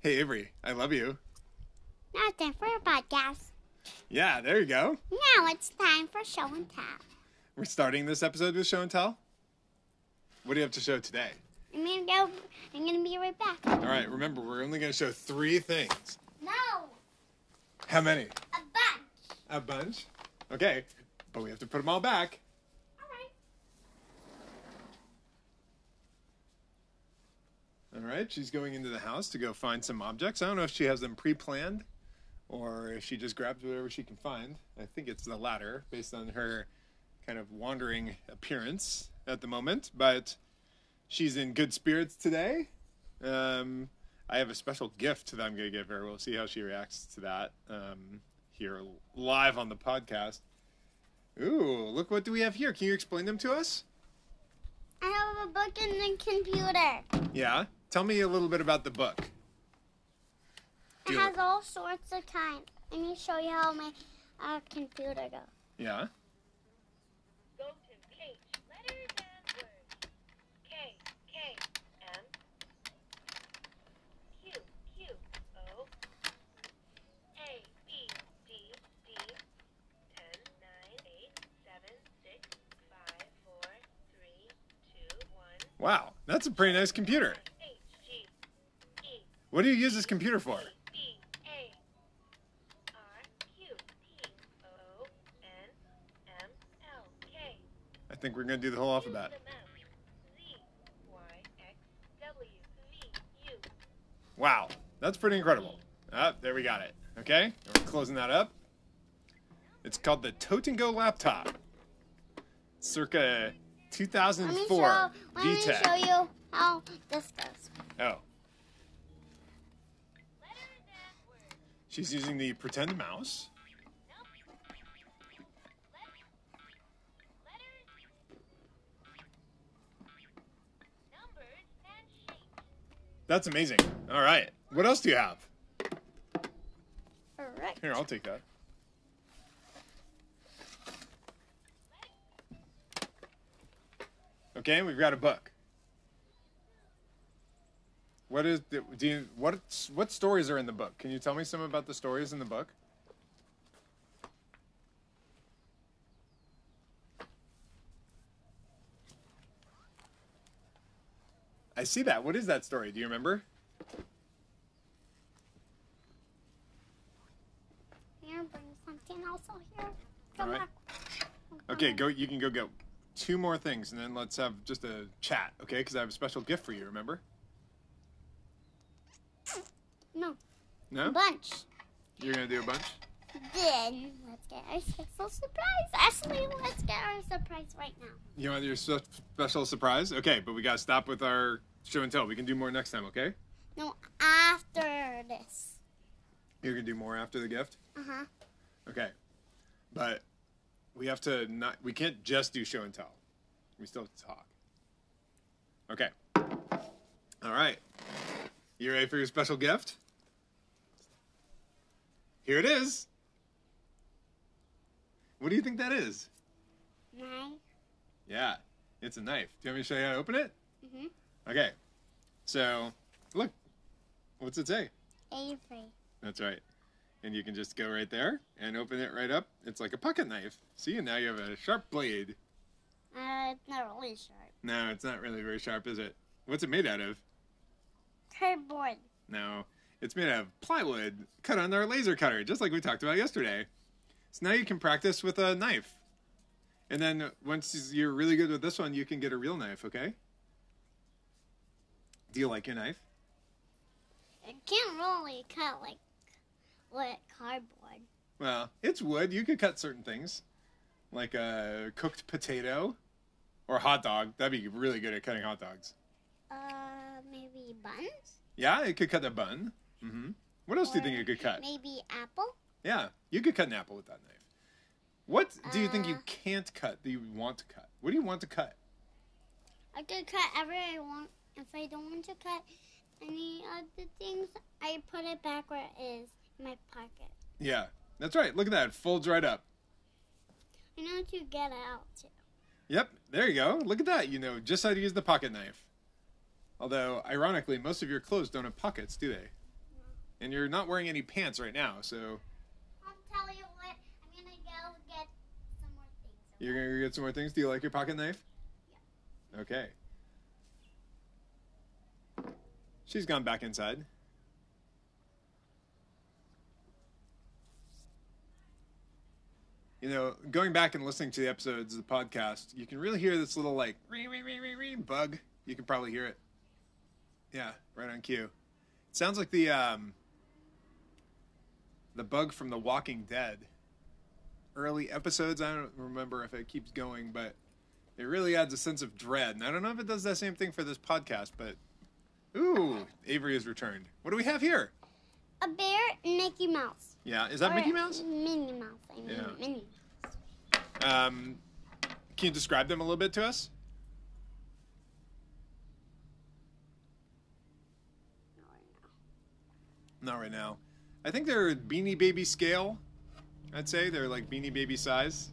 Hey, Avery, I love you. Nothing for a podcast. Yeah, there you go. Now it's time for show and tell. We're starting this episode with show and tell. What do you have to show today? I'm gonna go. I'm gonna be right back. All right, remember, we're only going to show three things. No, How many? a bunch. A bunch. Okay, but we have to put them all back. All right. All right, she's going into the house to go find some objects. I don't know if she has them pre planned or if she just grabs whatever she can find. I think it's the latter based on her kind of wandering appearance at the moment, but she's in good spirits today. Um, I have a special gift that I'm going to give her. We'll see how she reacts to that um, here live on the podcast. Ooh, look what do we have here? Can you explain them to us? I have a book and a computer. Yeah. Tell me a little bit about the book. It Do has all sorts of kinds. Let me show you how my uh, computer goes. Yeah. Go to H letters and words. K K M Q Q O A B D D 10 9 8 7 6 5 4 3 2 1 Wow, that's a pretty nice computer. H G E What do you use this computer for? B A R Q T O N M L K I think we're gonna do the whole alphabet. Wow, that's pretty incredible. Ah, there we got it. Okay, we're closing that up. It's called the Totengo laptop, circa Let me 2004 show. Let me VTech. show you how this goes. E Oh, she's using the pretend mouse. That's amazing. All right, what else do you have? Correct. Here, I'll take that. Okay, we've got a book. What is the, do you what what stories are in the book? Can you tell me some about the stories in the book? I see that. What is that story? Do you remember? Here, bring something else out here. All Come right. back. Okay, go. You can go get two more things, and then let's have just a chat, okay? Because I have a special gift for you. Remember? No, No, bunch. you're gonna do a bunch. Then let's get our special surprise. Ashley, let's get our surprise right now. You want your spe- special surprise? Okay, but we gotta stop with our show and tell. We can do more next time, okay? No, after this. You're gonna do more after the gift. Uh huh. Okay, but we have to not. We can't just do show and tell. We still have to talk. Okay. All right. You ready for your special gift? Here it is. What do you think that is? My Yeah, it's a knife. Do you want me to show you how to open it? Mhm. Okay. So, look. What's it say? Avery. That's right. And you can just go right there and open it right up. It's like a pocket knife. See, and now you have a sharp blade. Uh, it's not really sharp. No, it's not really very sharp, is it? What's it made out of? Cardboard. No, it's made out of plywood cut on our laser cutter, just like we talked about yesterday. So now you can practice with a knife. And then once you're really good with this one, you can get a real knife, okay? Do you like your knife? It can't really cut like like cardboard. Well, it's wood. You could cut certain things, like a cooked potato or a hot dog. That'd be really good at cutting hot dogs. Uh, maybe buns. Yeah, it could cut a bun. hmm What else do you think Or it could cut? Maybe apple. Yeah, you could cut an apple with that knife. What do you think you Uh, can't cut that you want to cut? What do you want to cut? I could cut every I want. If I don't want to cut any other things, I put it back where it is in my pocket. Yeah, that's right. Look at that. It folds right up. I know to get it out too. Yep, there you go. Look at that. You know just how to use the pocket knife. Although, ironically, most of your clothes don't have pockets, do they? And you're not wearing any pants right now, so I'll tell you what, I'm gonna go get some more things. you're gonna go get some more things. Do you like your pocket knife? Okay. She's gone back inside. You know, going back and listening to the episodes of the podcast, you can really hear this little like "Ree, ree, ree, ree, ree," bug. You can probably hear it. Yeah, right on cue. It sounds like the um, the bug from The Walking Dead. Early episodes, I don't remember if it keeps going, but it really adds a sense of dread. And I don't know if it does that same thing for this podcast, but ooh, Avery has returned. What do we have here? A bear, Mickey Mouse. Yeah, is that Or Mickey Mouse? Minnie Mouse. I mean, Yeah. Minnie. Um, can you describe them a little bit to us? No, no. Not right now. I think they're Beanie Baby scale. I'd say they're like Beanie Baby size.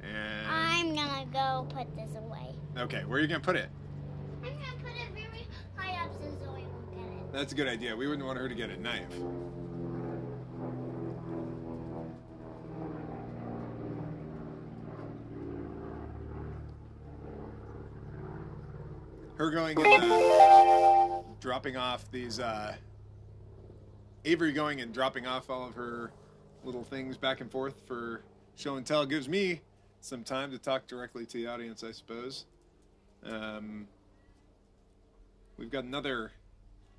And I'm gonna go put this away. okay, where are you gonna put it? I'm gonna put it very high up so Zoe won't get it. That's a good idea. We wouldn't want her to get a knife. Her going and uh, dropping off these. Uh, Avery going and dropping off all of her little things back and forth for show and tell gives me some time to talk directly to the audience, I suppose. Um, we've got another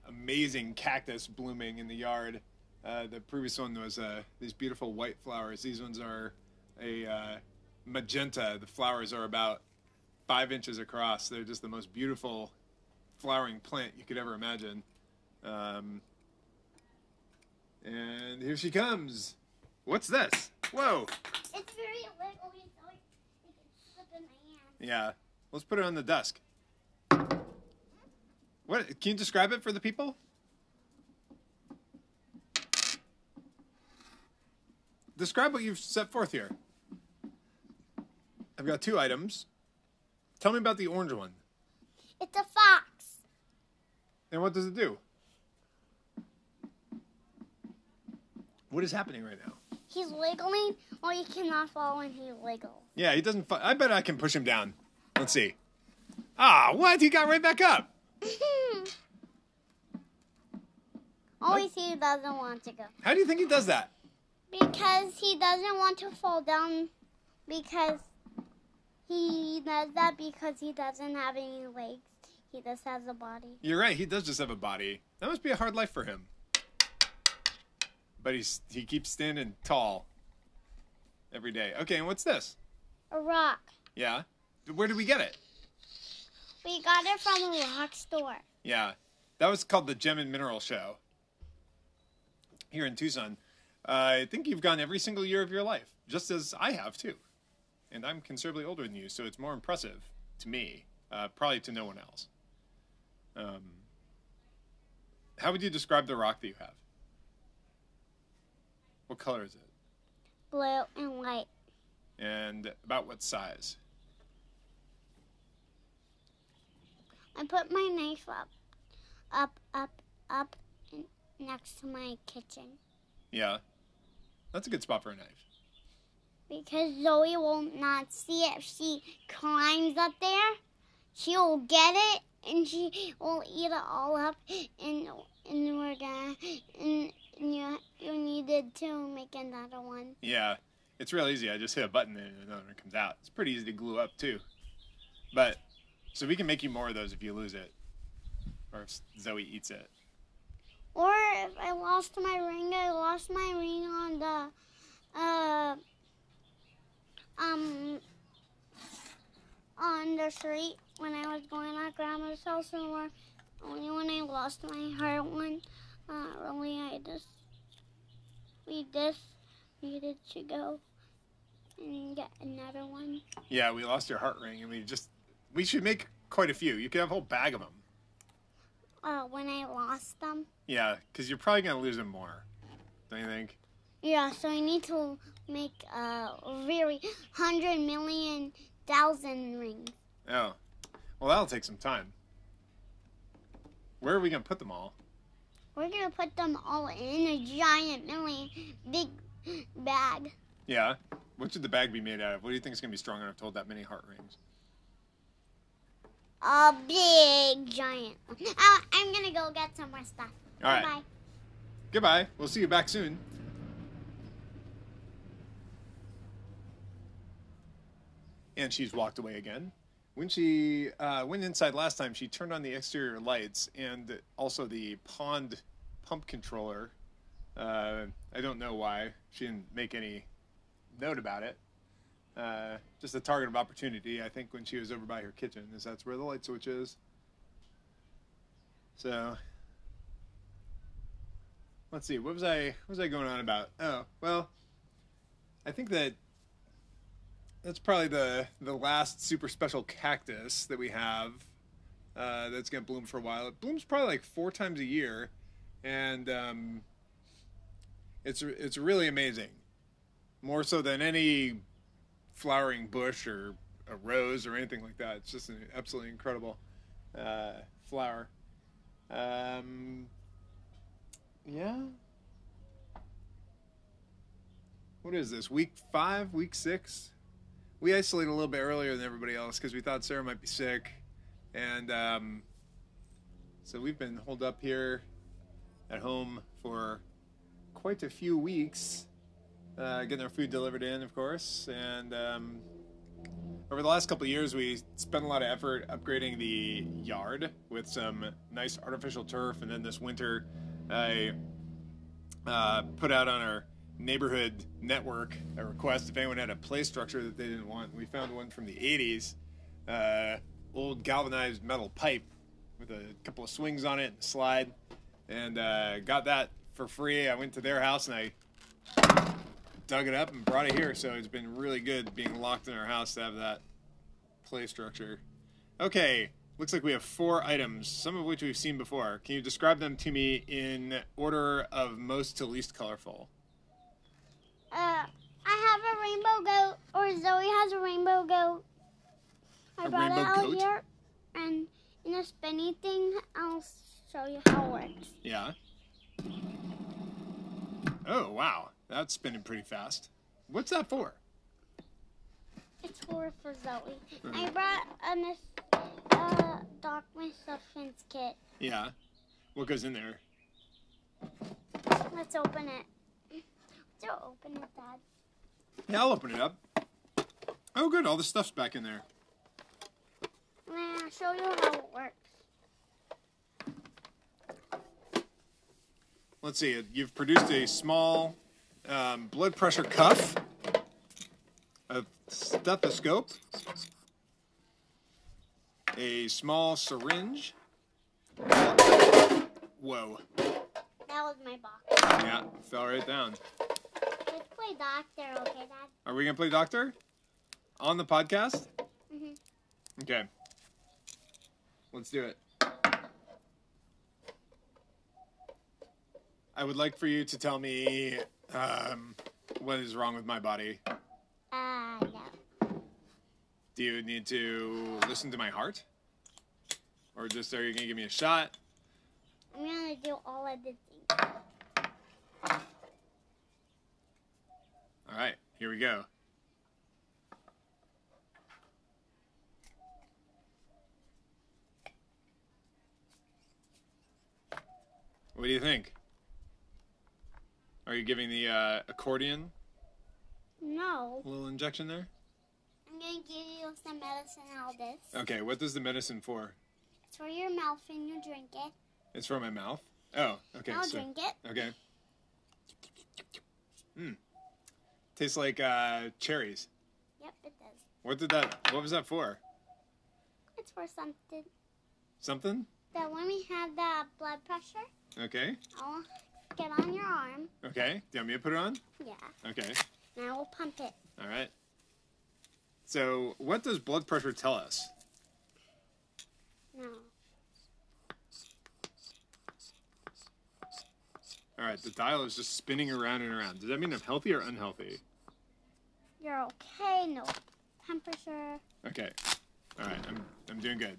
amazing cactus blooming in the yard. Uh, the previous one was uh, these beautiful white flowers. These ones are a uh, magenta. The flowers are about five inches across. They're just the most beautiful flowering plant you could ever imagine. Um, and here she comes. What's this? Whoa! It's very wiggly, so it, it can slip in my hand. Yeah, let's put it on the desk. What? Can you describe it for the people? Describe what you've set forth here. I've got two items. Tell me about the orange one. It's a fox. And what does it do? What is happening right now? He's wiggling, or he cannot fall when he wiggles. Yeah, he doesn't. Fi- I bet I can push him down. Let's see. Ah, what? He got right back up. Always he doesn't want to go. How do you think he does that? Because he doesn't want to fall down because he does that because he doesn't have any legs. He just has a body. You're right. He does just have a body. That must be a hard life for him. But he's he keeps standing tall every day. Okay, and what's this? A rock. Yeah, where did we get it? We got it from a rock store. Yeah, that was called the Gem and Mineral Show here in Tucson. Uh, I think you've gone every single year of your life, just as I have too. And I'm considerably older than you, so it's more impressive to me, uh, probably to no one else. Um, how would you describe the rock that you have? What color is it? Blue and white. And about what size? I put my knife up, up, up, up, and next to my kitchen Yeah, that's a good spot for a knife. because Zoe will not see it. If she climbs up there, she will get it and she will eat it all up, and and we're gonna and, and you you needed to make another one. Yeah, it's real easy. I just hit a button and another one comes out. It's pretty easy to glue up too. But so we can make you more of those if you lose it, or if Zoe eats it. Or if I lost my ring, I lost my ring on the uh um on the street when I was going at grandma's house and where only when I lost my heart one uh really I just we just needed to go and get another one. Yeah, we lost your heart ring, and we just we should make quite a few. You could have a whole bag of them. Uh when I lost them. Yeah, because you're probably gonna lose them more. Don't you think? Yeah, so I need to make uh really hundred million thousand rings. Oh, well, that'll take some time. Where are we gonna put them all? We're gonna put them all in a giant, really big bag. Yeah. What should the bag be made out of? What do you think is going to be strong enough to hold that many heart rings? A big giant. one. Uh, I'm gonna go get some more stuff. All right. Bye. Goodbye. We'll see you back soon. And she's walked away again. When she uh, went inside last time, she turned on the exterior lights and also the pond pump controller. Uh, I don't know why she didn't make any note about it. Uh, just a target of opportunity, I think, when she was over by her kitchen, is that's where the light switch is. So let's see what was i what was i going on about oh well i think that that's probably the the last super special cactus that we have uh, that's going to bloom for a while it blooms probably like four times a year and um, it's it's really amazing more so than any flowering bush or a rose or anything like that it's just an absolutely incredible uh, flower um, yeah. What is this? Week five? Week six? We isolated a little bit earlier than everybody else because we thought Sarah might be sick, and um, so we've been holed up here at home for quite a few weeks, uh, getting our food delivered in, of course, and um, over the last couple of years, we spent a lot of effort upgrading the yard with some nice artificial turf, and then this winter, I uh, put out on our neighborhood network a request if anyone had a play structure that they didn't want. We found one from the '80s, uh, old galvanized metal pipe with a couple of swings on it and a slide, and uh, got that for free. I went to their house and I dug it up and brought it here. So it's been really good being locked in our house to have that play structure. Okay, looks like we have four items, some of which we've seen before. Can you describe them to me in order of most to least colorful? Uh, I have a rainbow goat, or Zoe has a rainbow goat. I A brought it rainbow out goat? here, and in a spinny thing, I'll show you how it works. Yeah. Oh, wow. That's spinning pretty fast. What's that for? It's for for Zoe. I brought a Miss uh, Doc Miss Substance kit. Yeah. What goes in there? Let's open it. Let's open it, Dad. Yeah, I'll open it up. Oh, good. All the stuff's back in there. I'm gonna show you how it works. let's see, you've produced a small um, blood pressure cuff, a stethoscope, a small syringe. Whoa. That was my box. Yeah, fell right down. Let's play doctor, okay, Dad? Are we going to play doctor on the podcast? Mhm. Okay. Let's do it. I would like for you to tell me um, what is wrong with my body. Uh, no. Do you need to listen to my heart? Or just are you going to give me a shot? I'm gonna do all of the things. All right, here we go. What do you think? Are you giving the uh, accordion No. a little injection there? I'm gonna give you some medicine, all this. Okay, what does the medicine for? It's for your mouth when you drink it. It's for my mouth. Oh, okay. I'll so- drink it. Okay. Hmm. Tastes like uh, cherries. Yep, it does. What did that? What was that for? It's for something. Something? That when we have the blood pressure, Okay. I'll get on your arm. Okay. Do you want me to put it on? Yeah. Okay. And I will pump it. All right. So, what does blood pressure tell us? No. All right. The dial is just spinning around and around. Does that mean I'm healthy or unhealthy? You're okay. No temperature. Okay. All right. I'm I'm doing good.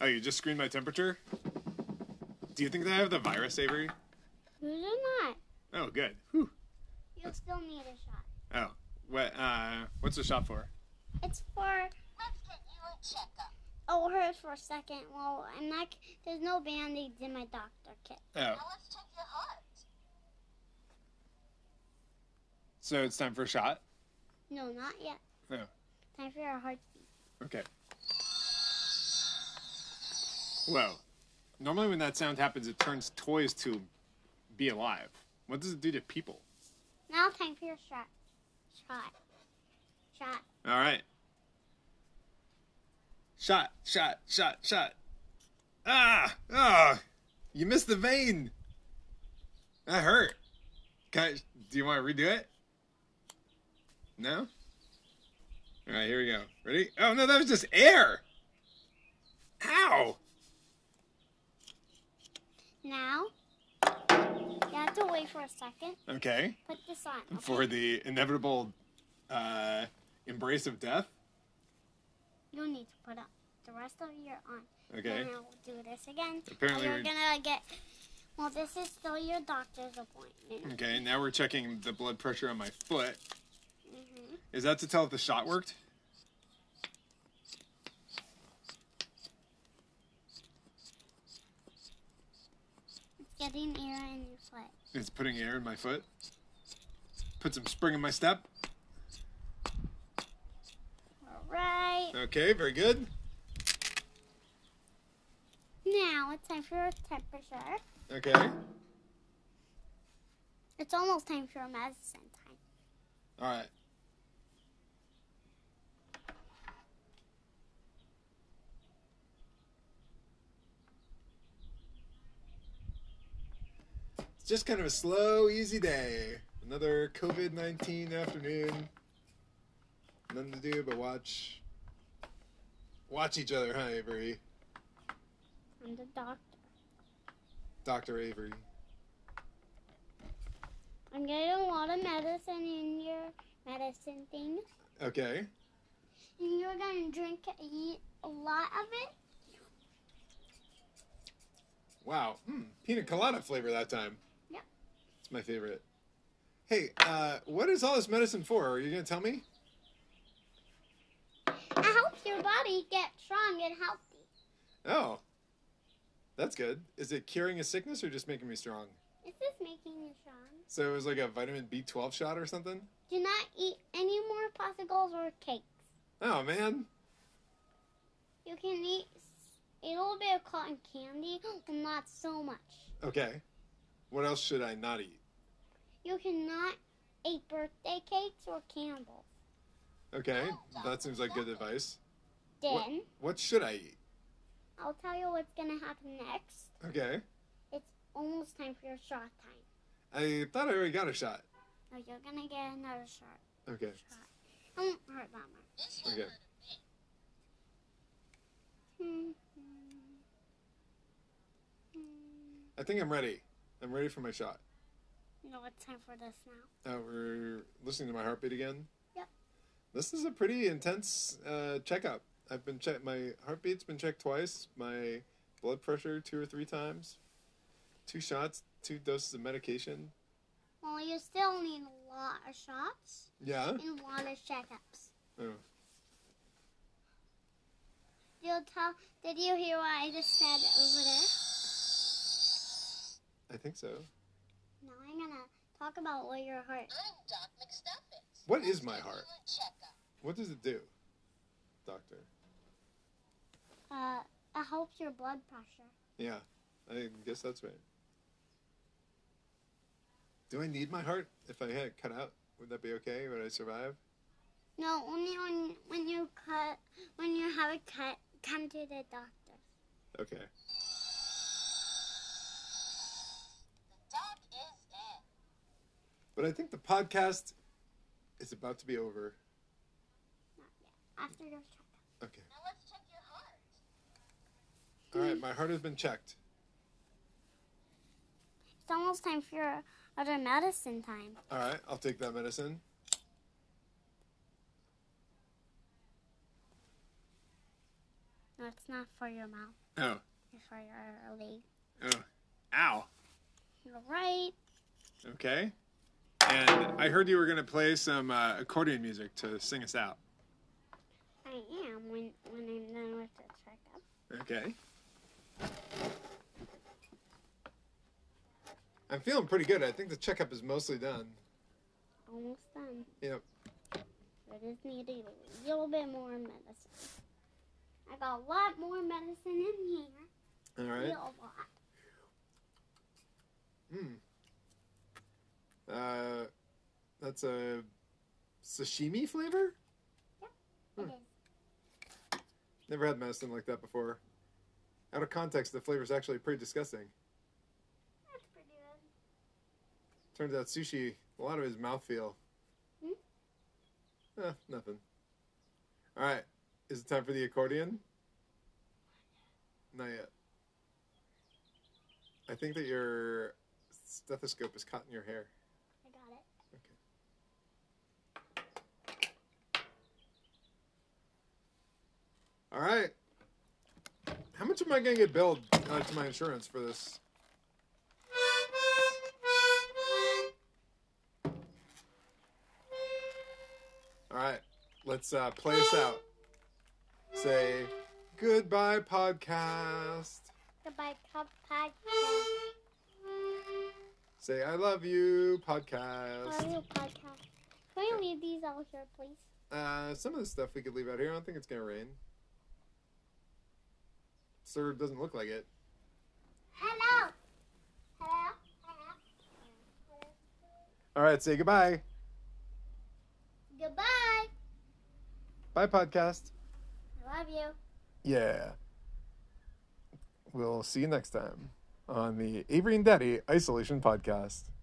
Oh, you just screened my temperature. Do you think they have the virus, Avery? Who's it not? Oh, good. Whew. You'll still need a shot. Oh, what? Uh, what's the shot for? It's for Let's get you a checkup. oh, it hurts for a second. Well, I'm not. c- There's no band aids in my doctor kit. Oh, Now let's check your heart. so it's time for a shot. No, not yet. Oh. Time for your heartbeat. Okay. Whoa. Normally, when that sound happens, it turns toys to be alive. What does it do to people? Now, time for your shot. Shot. Shot. All right. Shot, shot, shot, shot. Ah, ah! You missed the vein. That hurt. Can I- do you want to redo it? No. All right, here we go. Ready? Oh no, that was just air. Ow! Now. You have to wait for a second. Okay. Put this on. okay? For the inevitable uh, embrace of death. You'll need to put up the rest of your on. Okay. Then I'll do this again. Apparently you're we- gonna get. Well, this is still your doctor's appointment. Okay. Now we're checking the blood pressure on my foot. hmm Is that to tell if the shot worked? It's getting air in your foot. It's putting air in my foot. Put some spring in my step. All right. Okay, very good. Now it's time for your temperature. Okay. It's almost time for your medicine time. All right. It's just kind of a slow, easy day. Another COVID 19 afternoon. Nothing to do but watch. Watch each other, huh, Avery? I'm the doctor. Dr. Avery. I'm getting a lot of medicine in your medicine thing. Okay. And you're gonna drink eat a lot of it. Wow. Mm, pina colada flavor that time. Yep. It's my favorite. Hey, uh, what is all this medicine for? Are you going to tell me? It helps your body get strong and healthy. Oh. That's good. Is it curing a sickness or just making me strong? Is this making you strong? So it was like a vitamin B12 shot or something? Do not eat any more popsicles or cakes. Oh, man. You can eat s- a little bit of cotton candy, but not so much. Okay. What else should I not eat? You cannot eat birthday cakes or candles. Okay. That seems like good advice. Then What- What should I eat? I'll tell you what's gonna happen next. Okay. It's almost time for your shot time. I thought I already got a shot. Now you're gonna get another shot. Okay. I won't hurt that much. This one Okay. hurt a bit. Hmm, hmm. Hmm. I think I'm ready. I'm ready for my shot. No, it's time for this now. Uh, we're listening to my heartbeat again. Yep. This is a pretty intense uh, checkup. I've been checked. My heartbeat's been checked twice. My blood pressure two or three times. Two shots, two doses of medication. Well, you still need a lot of shots Yeah. and a lot of checkups. Oh. You'll tell. Did you hear what I just said over I there? think so. Now I'm gonna talk about what your heart. I'm Doc McStuffins. What Let's is my get you heart? a checkup. What does it do, doctor? Uh, it helps your blood pressure. Yeah, I guess that's right. Do I need my heart? If I had it cut out, would that be okay? Would I survive? No, only when when you cut when you have a cut, come to the doctor. Okay. The doc is in. But I think the podcast is about to be over. Not yet. After your checkup. Okay. Now let's check your heart. All right, my heart has been checked. It's almost time for your other medicine time. All right, I'll take that medicine. No, it's not for your mouth. Oh, It's for your leg. oh, Ow. You're right. Okay. And I heard you were going to play some uh, accordion music to sing us out. I am when, when I'm done with the checkup. Okay. I'm feeling pretty good. I think the checkup is mostly done. Almost done. Yep. I just need a little bit more medicine. I got a lot more medicine in here. All A right. little lot. Hmm. Uh, that's a sashimi flavor? Hmm. It is Never had medicine like that before. Out of context, the flavor's actually pretty disgusting. That's pretty good. Turns out sushi, a lot of his mouthfeel. Hmm? Eh, nothing. All right, is it time for the accordion? Not yet. I think that your stethoscope is caught in your hair. I got it. All right. How much am I going to get billed uh, to my insurance for this? All right, let's uh, play us out. Say goodbye, podcast. Goodbye, Cup Podcast. Say I love you, Love podcast. you, podcast. Can we leave these out here, please? Uh, some of the stuff we could leave out here. I don't think it's gonna rain. Sir, doesn't look like it. Hello. Hello. Hello. All right, say goodbye. Goodbye. Bye, podcast. I love you. Yeah. We'll see you next time on the Avery and Daddy Isolation Podcast.